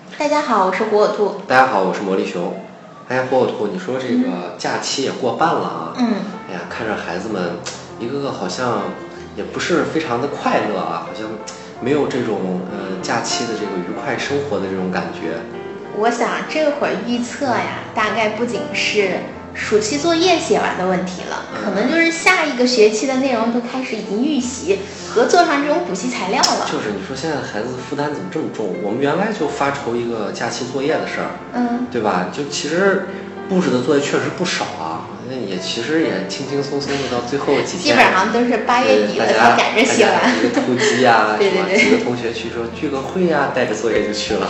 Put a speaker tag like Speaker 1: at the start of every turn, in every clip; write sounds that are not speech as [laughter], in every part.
Speaker 1: 我是火火兔。
Speaker 2: 大家好，我是魔力熊。哎呀，火火兔，你说这个假期也过半了啊，
Speaker 1: 嗯，
Speaker 2: 哎呀，看着孩子们一个个好像也不是非常的快乐啊，好像没有这种呃假期的这个愉快生活的这种感觉。
Speaker 1: 我想这会儿预测呀，大概不仅是暑期作业写完的问题了，可能就是下一个学期的内容都开始已经预习和做上这种补习材料了。
Speaker 2: 就是你说现在的孩子负担怎么这么重？我们原来就发愁一个假期作业的事儿，
Speaker 1: 嗯，
Speaker 2: 对吧？就其实布置的作业确实不少啊，那也其实也轻轻松松的到最后几天，
Speaker 1: 基本上都是八月底
Speaker 2: 大
Speaker 1: 了
Speaker 2: 家
Speaker 1: 才赶着写
Speaker 2: 大家
Speaker 1: 完。
Speaker 2: 一个突击呀、
Speaker 1: [laughs] 对对
Speaker 2: 是吧
Speaker 1: 对
Speaker 2: 几个同学去说聚个会呀、带着作业就去了，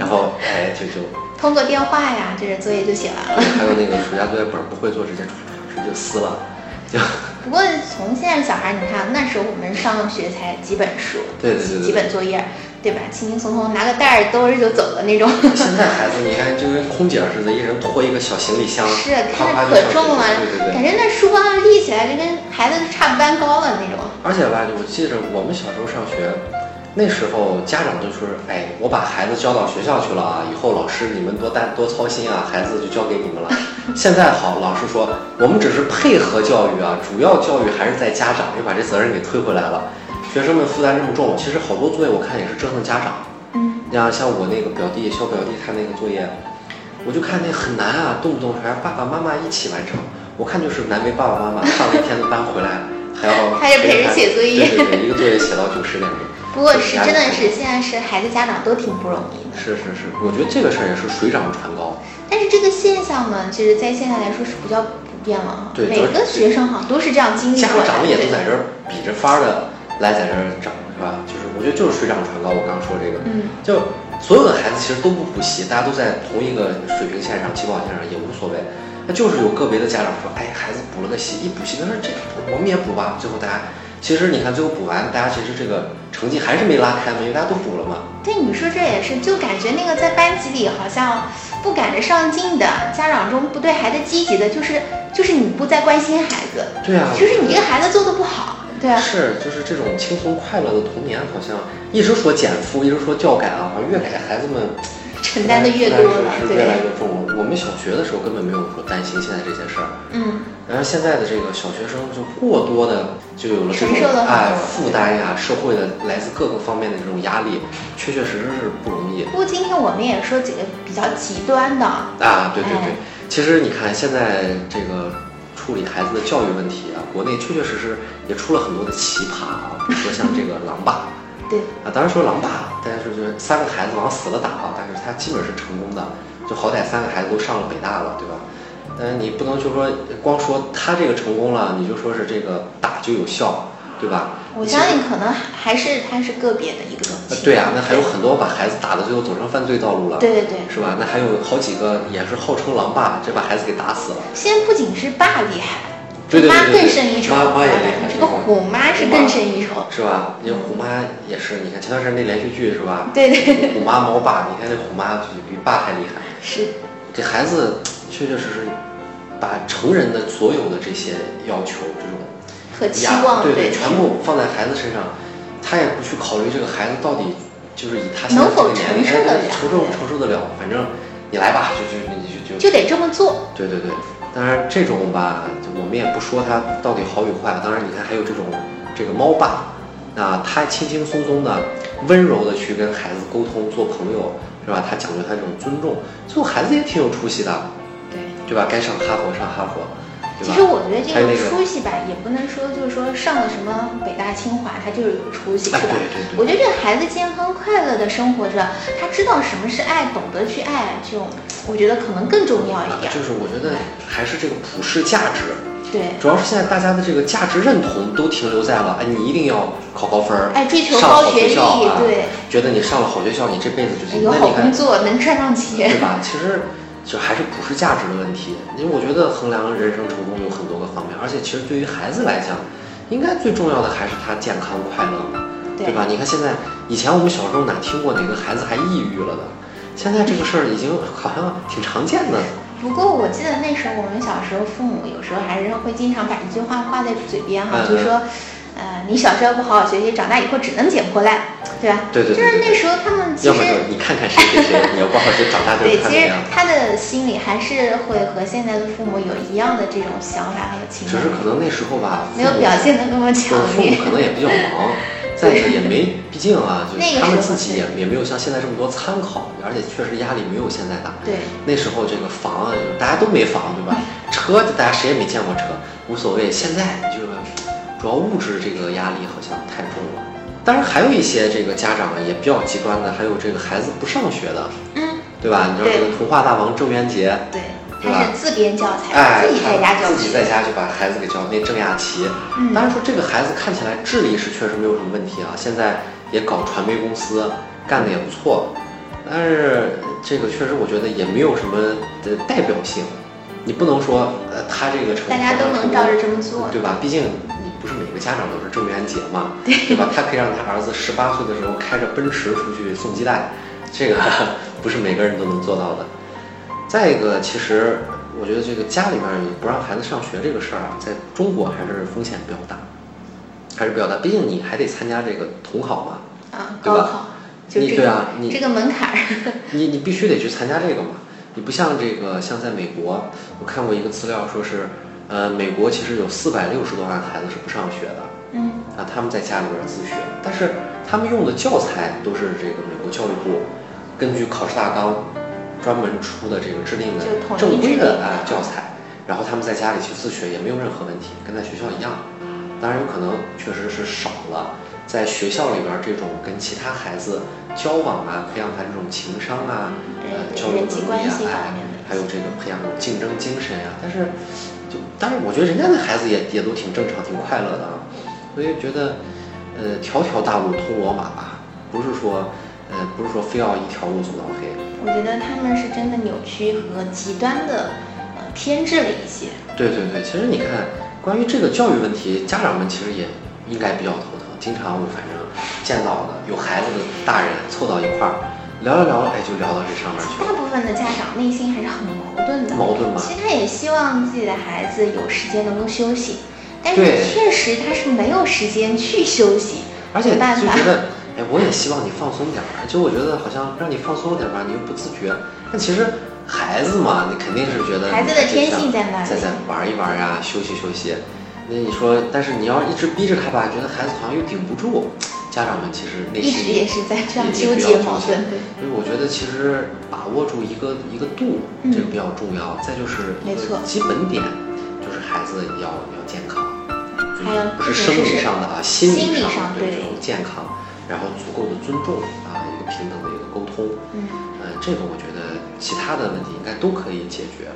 Speaker 2: 然后哎就就，
Speaker 1: 通过电话呀，这作业就写完了。
Speaker 2: 还有那个暑假作业本不会做，直接直接就撕了，
Speaker 1: [laughs]
Speaker 2: 就
Speaker 1: 不过从现在小孩，你看那时候我们上学才几本书，
Speaker 2: 对对对对
Speaker 1: 几本作业，对吧？轻轻松松拿个袋儿兜着就走了那种。
Speaker 2: 现在孩子你看就跟空姐似的，一人拖一个小行李箱，
Speaker 1: 是
Speaker 2: 啪啪
Speaker 1: 看着
Speaker 2: 就上
Speaker 1: 可
Speaker 2: 去
Speaker 1: 重了，
Speaker 2: 对对对。
Speaker 1: 感觉那书包立起来就跟孩子差不搬高了那种。
Speaker 2: 而且吧，我记着我们小时候上学，那时候家长就说：“哎，我把孩子交到学校去了啊，以后老师你们多担多操心啊，孩子就交给你们了。” [laughs] 现在好，老师说我们只是配合教育啊，主要教育还是在家长，又把这责任给推回来了。学生们负担这么重，其实好多作业我看也是折腾家长。
Speaker 1: 嗯，
Speaker 2: 你像像我那个表弟小表弟他那个作业，我就看那很难啊，动不动还要爸爸妈妈一起完成，我看就是难为爸爸妈妈上了一天的班回来还要
Speaker 1: [laughs] 还得陪着写作业
Speaker 2: 对对对，一个作业写到九十点钟。
Speaker 1: 不过是真的是现在是孩子家长都挺不容易的。
Speaker 2: 是是是，我觉得这个事儿也是水涨船高。
Speaker 1: 但是这个现象呢，其实在现在来说是比较普遍了啊，
Speaker 2: 对
Speaker 1: 每
Speaker 2: 都
Speaker 1: 个
Speaker 2: 是
Speaker 1: 学生好像都是这样经历
Speaker 2: 家
Speaker 1: 过来
Speaker 2: 长也都
Speaker 1: 的。
Speaker 2: 在这儿比着法儿的来在这儿涨，是吧？就是我觉得就是水涨船高。我刚刚说这个，
Speaker 1: 嗯，
Speaker 2: 就所有的孩子其实都不补习，大家都在同一个水平线上、起跑线上也无所谓。那就是有个别的家长说，哎，孩子补了个习，一补习，他说这个我们也补吧。最后大家其实你看，最后补完，大家其实这个成绩还是没拉开嘛，因为大家都补了嘛。
Speaker 1: 对，你说这也是，就感觉那个在班级里好像不赶着上进的家长中不对孩子积极的，就是就是你不再关心孩子，
Speaker 2: 对啊，
Speaker 1: 就是你这个孩子做的不好，对啊，
Speaker 2: 是，就是这种轻松快乐的童年，好像一直说减负，一直说教改啊，好像越改孩子们哎
Speaker 1: 承担的越多了，
Speaker 2: 是越
Speaker 1: 对
Speaker 2: 来，越重了。我们小学的时候根本没有说担心现在这些事儿，
Speaker 1: 嗯。
Speaker 2: 然后现在的这个小学生就过多的就有了这种
Speaker 1: 承受了很多
Speaker 2: 哎负担呀、社会的来自各个方面的这种压力，确确实实是不容易
Speaker 1: 不过今天我们也说几个比较极端的啊，
Speaker 2: 啊。对对对
Speaker 1: 哎，
Speaker 2: 其实你看现在这个处理孩子的教育问题啊，国内确确实实也出了很多的奇葩啊，比如说像这个狼爸。
Speaker 1: 对，
Speaker 2: 啊，当然说狼爸，但是就是三个孩子往死了打啊，但是他基本是成功的，就好歹三个孩子都上了北大了，对吧？但是你不能就说光说他这个成功了，你就说是这个打就有效，对吧？
Speaker 1: 我
Speaker 2: 你
Speaker 1: 相
Speaker 2: 其实
Speaker 1: 信可能还是它是个别的一个情
Speaker 2: 呃
Speaker 1: 况
Speaker 2: 对啊，那还有很多把孩子打的最后走上犯罪道路了，
Speaker 1: 对对对，
Speaker 2: 是吧？那还有好几个也是号称狼爸，这把孩子给打死了。
Speaker 1: 现在不仅是爸厉害，
Speaker 2: 对对对
Speaker 1: 妈
Speaker 2: 对对
Speaker 1: 更胜一筹，啊
Speaker 2: 妈妈也厉害
Speaker 1: 这个虎妈是更胜一筹，
Speaker 2: 是吧？你看虎妈也是，你看前段时间那连续剧是吧？
Speaker 1: 对对对，
Speaker 2: 虎妈猫爸，你看那虎妈就比爸还厉害。
Speaker 1: 是，
Speaker 2: 给孩子确确实实把成人的所有的这些要求，这种
Speaker 1: 可呃期
Speaker 2: 压
Speaker 1: 望
Speaker 2: 对
Speaker 1: 对
Speaker 2: 全部放在孩子身上，他也不去考虑这个孩子到底就是以他现在
Speaker 1: 能
Speaker 2: 这
Speaker 1: 否
Speaker 2: 个年龄
Speaker 1: 承受得
Speaker 2: 哎
Speaker 1: 了
Speaker 2: 承受不承受得了，反正你来吧，就就你就就
Speaker 1: 就得这么做，
Speaker 2: 对对对。当然这种吧，就我们也不说他到底好与坏。啊当然你看还有这种这个猫爸，那他轻轻松松的、温柔的去跟孩子沟通、做朋友，是吧？他讲究他这种尊重，最后孩子也挺有出息的。
Speaker 1: 对。
Speaker 2: 对吧？该上哈佛上哈佛，对
Speaker 1: 其
Speaker 2: 吧？
Speaker 1: 实我觉得这
Speaker 2: 还有那
Speaker 1: 个
Speaker 2: 个
Speaker 1: 出息吧，也不能说就是说上了什么北大清华，他就是有出息，
Speaker 2: 啊
Speaker 1: 是吧？
Speaker 2: 对对对
Speaker 1: 我觉得这个孩子健康快乐的生活着，他知道什么是爱，懂得去爱，这种我觉得可能更重要一点。
Speaker 2: 就是我觉得还是这个普世价值，
Speaker 1: 对，
Speaker 2: 主要是现在大家的这个价值认同都停留在了，哎，你一定要考高分儿，
Speaker 1: 哎追求
Speaker 2: 上好
Speaker 1: 高学历
Speaker 2: 校啊，
Speaker 1: 对，哎
Speaker 2: 觉得你上了好学校，你这辈子就是
Speaker 1: 有
Speaker 2: 那
Speaker 1: 好
Speaker 2: 你
Speaker 1: 工
Speaker 2: 看，
Speaker 1: 作，能赚上钱
Speaker 2: 对。吧？其实就还是普世价值的问题，因为我觉得衡量人生成功有很多个方面，而且其实对于孩子来讲，应该最重要的还是他健康快乐嘛。对
Speaker 1: 对
Speaker 2: 吧？你看现在，以前我们小时候哪听过哪个孩子还抑郁了的？现在这个事儿已经好像挺常见的。
Speaker 1: 不过我记得那时候我们小时候，父母有时候还是会经常把一句话挂在嘴边哈、
Speaker 2: 嗯
Speaker 1: 就说，嗯、呃，你小时候不好好学习，长大以后只能捡破烂，对吧？
Speaker 2: 对对对
Speaker 1: 就是
Speaker 2: 对
Speaker 1: 那时候他们其
Speaker 2: 要
Speaker 1: 实
Speaker 2: 么就是你看看谁谁谁，你要不好就长大就
Speaker 1: 对，
Speaker 2: 是看
Speaker 1: 其
Speaker 2: 那
Speaker 1: 实
Speaker 2: 样。
Speaker 1: 他的心里还是会和现在的父母有一样的这种想法和情
Speaker 2: 只
Speaker 1: 感
Speaker 2: 是，可能那时候吧，
Speaker 1: 没有表现的那么
Speaker 2: 父
Speaker 1: 强
Speaker 2: 母父母
Speaker 1: 烈。
Speaker 2: 可能也比
Speaker 1: [laughs]
Speaker 2: 较忙，再者也没，毕竟啊，就
Speaker 1: 那
Speaker 2: 是
Speaker 1: 个
Speaker 2: 他们
Speaker 1: 时候
Speaker 2: 自己也也没有像现在这么多参考，而且确实压力没有现在大。
Speaker 1: 对，
Speaker 2: 那时候这个房啊，大家都没房，对吧？
Speaker 1: 嗯
Speaker 2: 车大家谁也没见过车，无所谓。现在就是主要物质这个压力好像太重了。当然，还有一些这个家长啊也比较极端的，还有这个孩子不上学的，
Speaker 1: 嗯，
Speaker 2: 对吧？你知道这个童话大王郑渊洁，
Speaker 1: 对，
Speaker 2: 对
Speaker 1: 他
Speaker 2: 吧
Speaker 1: 是自编教材，
Speaker 2: 哎，
Speaker 1: 自己在家教
Speaker 2: 自己在
Speaker 1: 学。
Speaker 2: 家就把孩子给教那郑亚琪。
Speaker 1: 嗯
Speaker 2: 当然说这个孩子看起来智力是确实没有什么问题啊，现在也搞传媒公司，啊干的也不错，但是这个确实我觉得也没有什么的代表性，你不能说呃他这个成
Speaker 1: 大家都能照着这么做。
Speaker 2: 对吧？毕竟你不是每个家长都是郑渊洁嘛，对吧？他可以让他儿子十八岁的时候开着奔驰出去送鸡蛋，
Speaker 1: [laughs]
Speaker 2: 这个不是每个人都能做到的。再一个，其实我觉得这个家里面不让孩子上学这个事儿啊，在中国还是风险比较大，还是比较大。毕竟你还得参加这个统考嘛，
Speaker 1: 啊，
Speaker 2: 对
Speaker 1: 高
Speaker 2: 吧
Speaker 1: 考就
Speaker 2: 你
Speaker 1: 这
Speaker 2: 对
Speaker 1: 个
Speaker 2: 啊你
Speaker 1: 这个门槛儿。
Speaker 2: [laughs] 你你必须得去参加这个嘛。你不像这个，像在美国，我看过一个资料说是，呃，美国其实有四百六十多万孩子是不上学的，
Speaker 1: 嗯，
Speaker 2: 啊，他们在家里边自学，但是他们用的教材都是这个美国教育部根据考试大纲专门出的这个制定的
Speaker 1: 就统一
Speaker 2: 正规
Speaker 1: 制定
Speaker 2: 的
Speaker 1: 的
Speaker 2: 啊教材，然后他们在家里去自学也没有任何问题，跟在学校一样。当然有可能确实是少了在学校里边这种跟其他孩子交往啊，培养他这种情商啊，
Speaker 1: 对
Speaker 2: 呃，
Speaker 1: 对
Speaker 2: 交流
Speaker 1: 人际
Speaker 2: 能
Speaker 1: 关
Speaker 2: 力啊
Speaker 1: 系，方
Speaker 2: 哎
Speaker 1: 面的一
Speaker 2: 还有
Speaker 1: 些
Speaker 2: 这个培养这种竞争精神啊，但是就但是我觉得人家的孩子也也都挺正常、挺快乐的啊，所以觉得呃条条大路通罗马吧，不是说呃不是说非要一条路走到黑，
Speaker 1: 我觉得他们是真的扭曲和极端的呃偏执了一些。
Speaker 2: 对对对，其实你看，关于这个教育问题，家长们其实也应该比较头疼。经常我反正见到的有孩子的大人凑到一块儿聊着聊着，哎，就聊到这上面去
Speaker 1: 大部分的家长内心还是很矛盾的
Speaker 2: 了，。矛盾吧？
Speaker 1: 其实他也希望自己的孩子有时间能够休息，但是
Speaker 2: 对
Speaker 1: 确实他是没有时间去休息。
Speaker 2: 而且
Speaker 1: 没办法
Speaker 2: 就觉得，哎，我也希望你放松点儿。就我觉得好像让你放松点儿吧，你又不自觉。但其实孩子嘛，你肯定是觉得
Speaker 1: 孩子的天性在那里
Speaker 2: 再再玩一玩呀、休息休息。那你说，但是你要一直逼着他吧，觉得孩子好像又顶不住。家长们其实内
Speaker 1: 一
Speaker 2: 心
Speaker 1: 直也是在这样
Speaker 2: 也也
Speaker 1: 纠
Speaker 2: 比较
Speaker 1: 结矛
Speaker 2: 纠结
Speaker 1: 盾，对，
Speaker 2: 所以我觉得其实把握住一个一个度，
Speaker 1: 嗯
Speaker 2: 这个比较重要。再就是一
Speaker 1: 没错
Speaker 2: 个基本点，就是孩子要要健康，
Speaker 1: 还有
Speaker 2: 不是生理上的啊，心
Speaker 1: 心理
Speaker 2: 理
Speaker 1: 上
Speaker 2: 的
Speaker 1: 对
Speaker 2: 这种健康，然后足够的尊重啊，一个平等的一个沟通，
Speaker 1: 嗯，
Speaker 2: 呃，这个我觉得其他的问题应该都可以解决。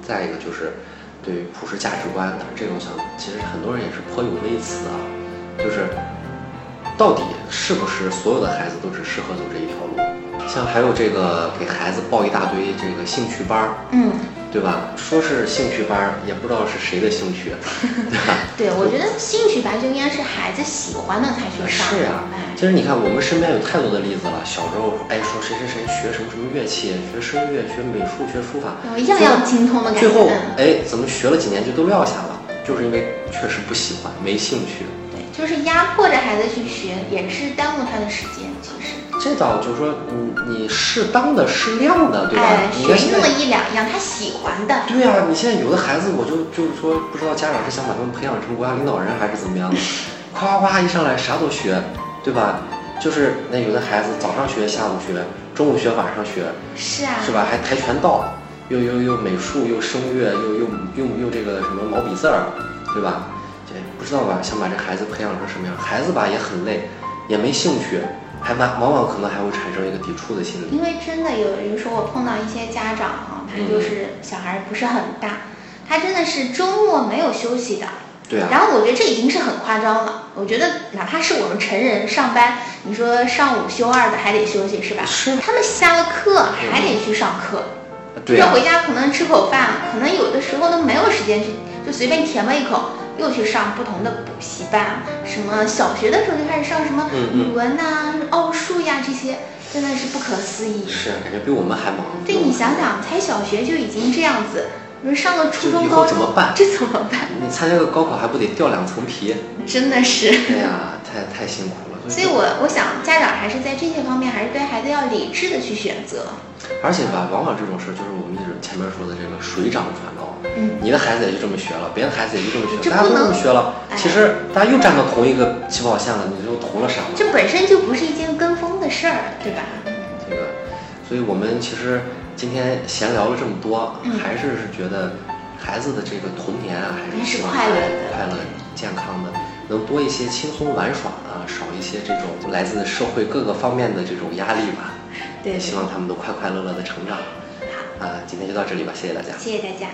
Speaker 2: 再一个就是对于普世价值观，这个我想其实很多人也是颇有微词啊，就是到底是不是所有的孩子都只适合走这一条路？像还有这个给孩子报一大堆这个兴趣班儿，
Speaker 1: 嗯，
Speaker 2: 对吧？说是兴趣班儿，也不知道是谁的兴趣，啊对吧？
Speaker 1: 对，我觉得兴趣班就应该是孩子喜欢的才去上，
Speaker 2: 是啊
Speaker 1: 哎，
Speaker 2: 其实你看，我们身边有太多的例子了。小时候，哎，说谁谁谁学什么什么乐器，学声乐，学美术，学书法，
Speaker 1: 有嗯样样精通的感
Speaker 2: 最后
Speaker 1: 觉。，嗯
Speaker 2: 哎，怎么学了几年就都撂下了？就是因为确实不喜欢，没兴趣。
Speaker 1: 对，就是压迫着孩子去学，也是耽误他的时间，其实。
Speaker 2: 这倒就是说，你你适当的、适量的，对吧？
Speaker 1: 哎，
Speaker 2: 你看
Speaker 1: 学
Speaker 2: 现
Speaker 1: 那么
Speaker 2: 在，
Speaker 1: 一两样他喜欢的，
Speaker 2: 对呀、你现在有的孩子，我就就是说，不知道家长是想把他们培养成国家领导人还是怎
Speaker 1: [laughs]
Speaker 2: 么样的，夸夸夸一上来啥都学，对吧？就是那有的孩子早上学，下午学，中午学，晚上学，
Speaker 1: 是啊，
Speaker 2: 是吧？还跆拳道，又又又美术，又声乐，又又又又这个什么毛笔字儿，对吧？这不知道吧？想把这孩子培养成什么样？孩子吧也很累，也没兴趣，还往往往可能还会产生一个抵触的心理。
Speaker 1: 因为真的有人说，我碰到一些家长哈、他
Speaker 2: 嗯
Speaker 1: 就是小孩不是很大，他真的是周末没有休息的。
Speaker 2: 对啊，
Speaker 1: 然后我觉得这已经是很夸张了。我觉得哪怕是我们成人上班，你说上午休二的还得休息是吧？
Speaker 2: 是
Speaker 1: 他们下了课还得去上课，
Speaker 2: 对
Speaker 1: 要
Speaker 2: 啊，
Speaker 1: 回家可能吃口饭，可能有的时候都没有时间去，就随便填吧一口，又去上不同的补习班，什么小学的时候就开始上什么
Speaker 2: 嗯嗯
Speaker 1: 语文呐、奥数呀这些，真的是不可思议。
Speaker 2: 是啊感觉比我们还忙。
Speaker 1: 对你想想，才小学就已经这样子，你说上个初
Speaker 2: 这
Speaker 1: 中、
Speaker 2: 以
Speaker 1: 高
Speaker 2: 后怎
Speaker 1: 中
Speaker 2: 么办？
Speaker 1: 这怎么办？
Speaker 2: 你参加个高考还不得掉两层皮？
Speaker 1: 真的是。
Speaker 2: 哎呀，太太辛苦了。
Speaker 1: 所以我我想，家长还是在这些方面，还是对孩子要理智的去选择。
Speaker 2: 而且吧，往往这种事儿就是我们一直前面说的这个水涨船高。
Speaker 1: 嗯，
Speaker 2: 你的孩子也就这么学了，别的孩子也就这么
Speaker 1: 你这
Speaker 2: 学，了，大家
Speaker 1: 不
Speaker 2: 都这
Speaker 1: 能
Speaker 2: 么学了，
Speaker 1: 哎
Speaker 2: 其实大家又站到同一个起跑线了，你就图了啥呢？
Speaker 1: 这本身就不是一件跟风的事儿，对吧？
Speaker 2: 这个，所以我们其实今天闲聊了这么多，
Speaker 1: 嗯
Speaker 2: 还是是觉得孩子的这个童年啊，还是
Speaker 1: 还是
Speaker 2: 希望
Speaker 1: 快乐的
Speaker 2: 快乐、健康的，能多一些轻松玩耍啊，少一些这种来自社会各个方面的这种压力吧。
Speaker 1: 对，
Speaker 2: 希
Speaker 1: 对
Speaker 2: 望他们都快快乐乐的成长。啊，今天就到这里吧，谢谢大家。
Speaker 1: 谢谢大家。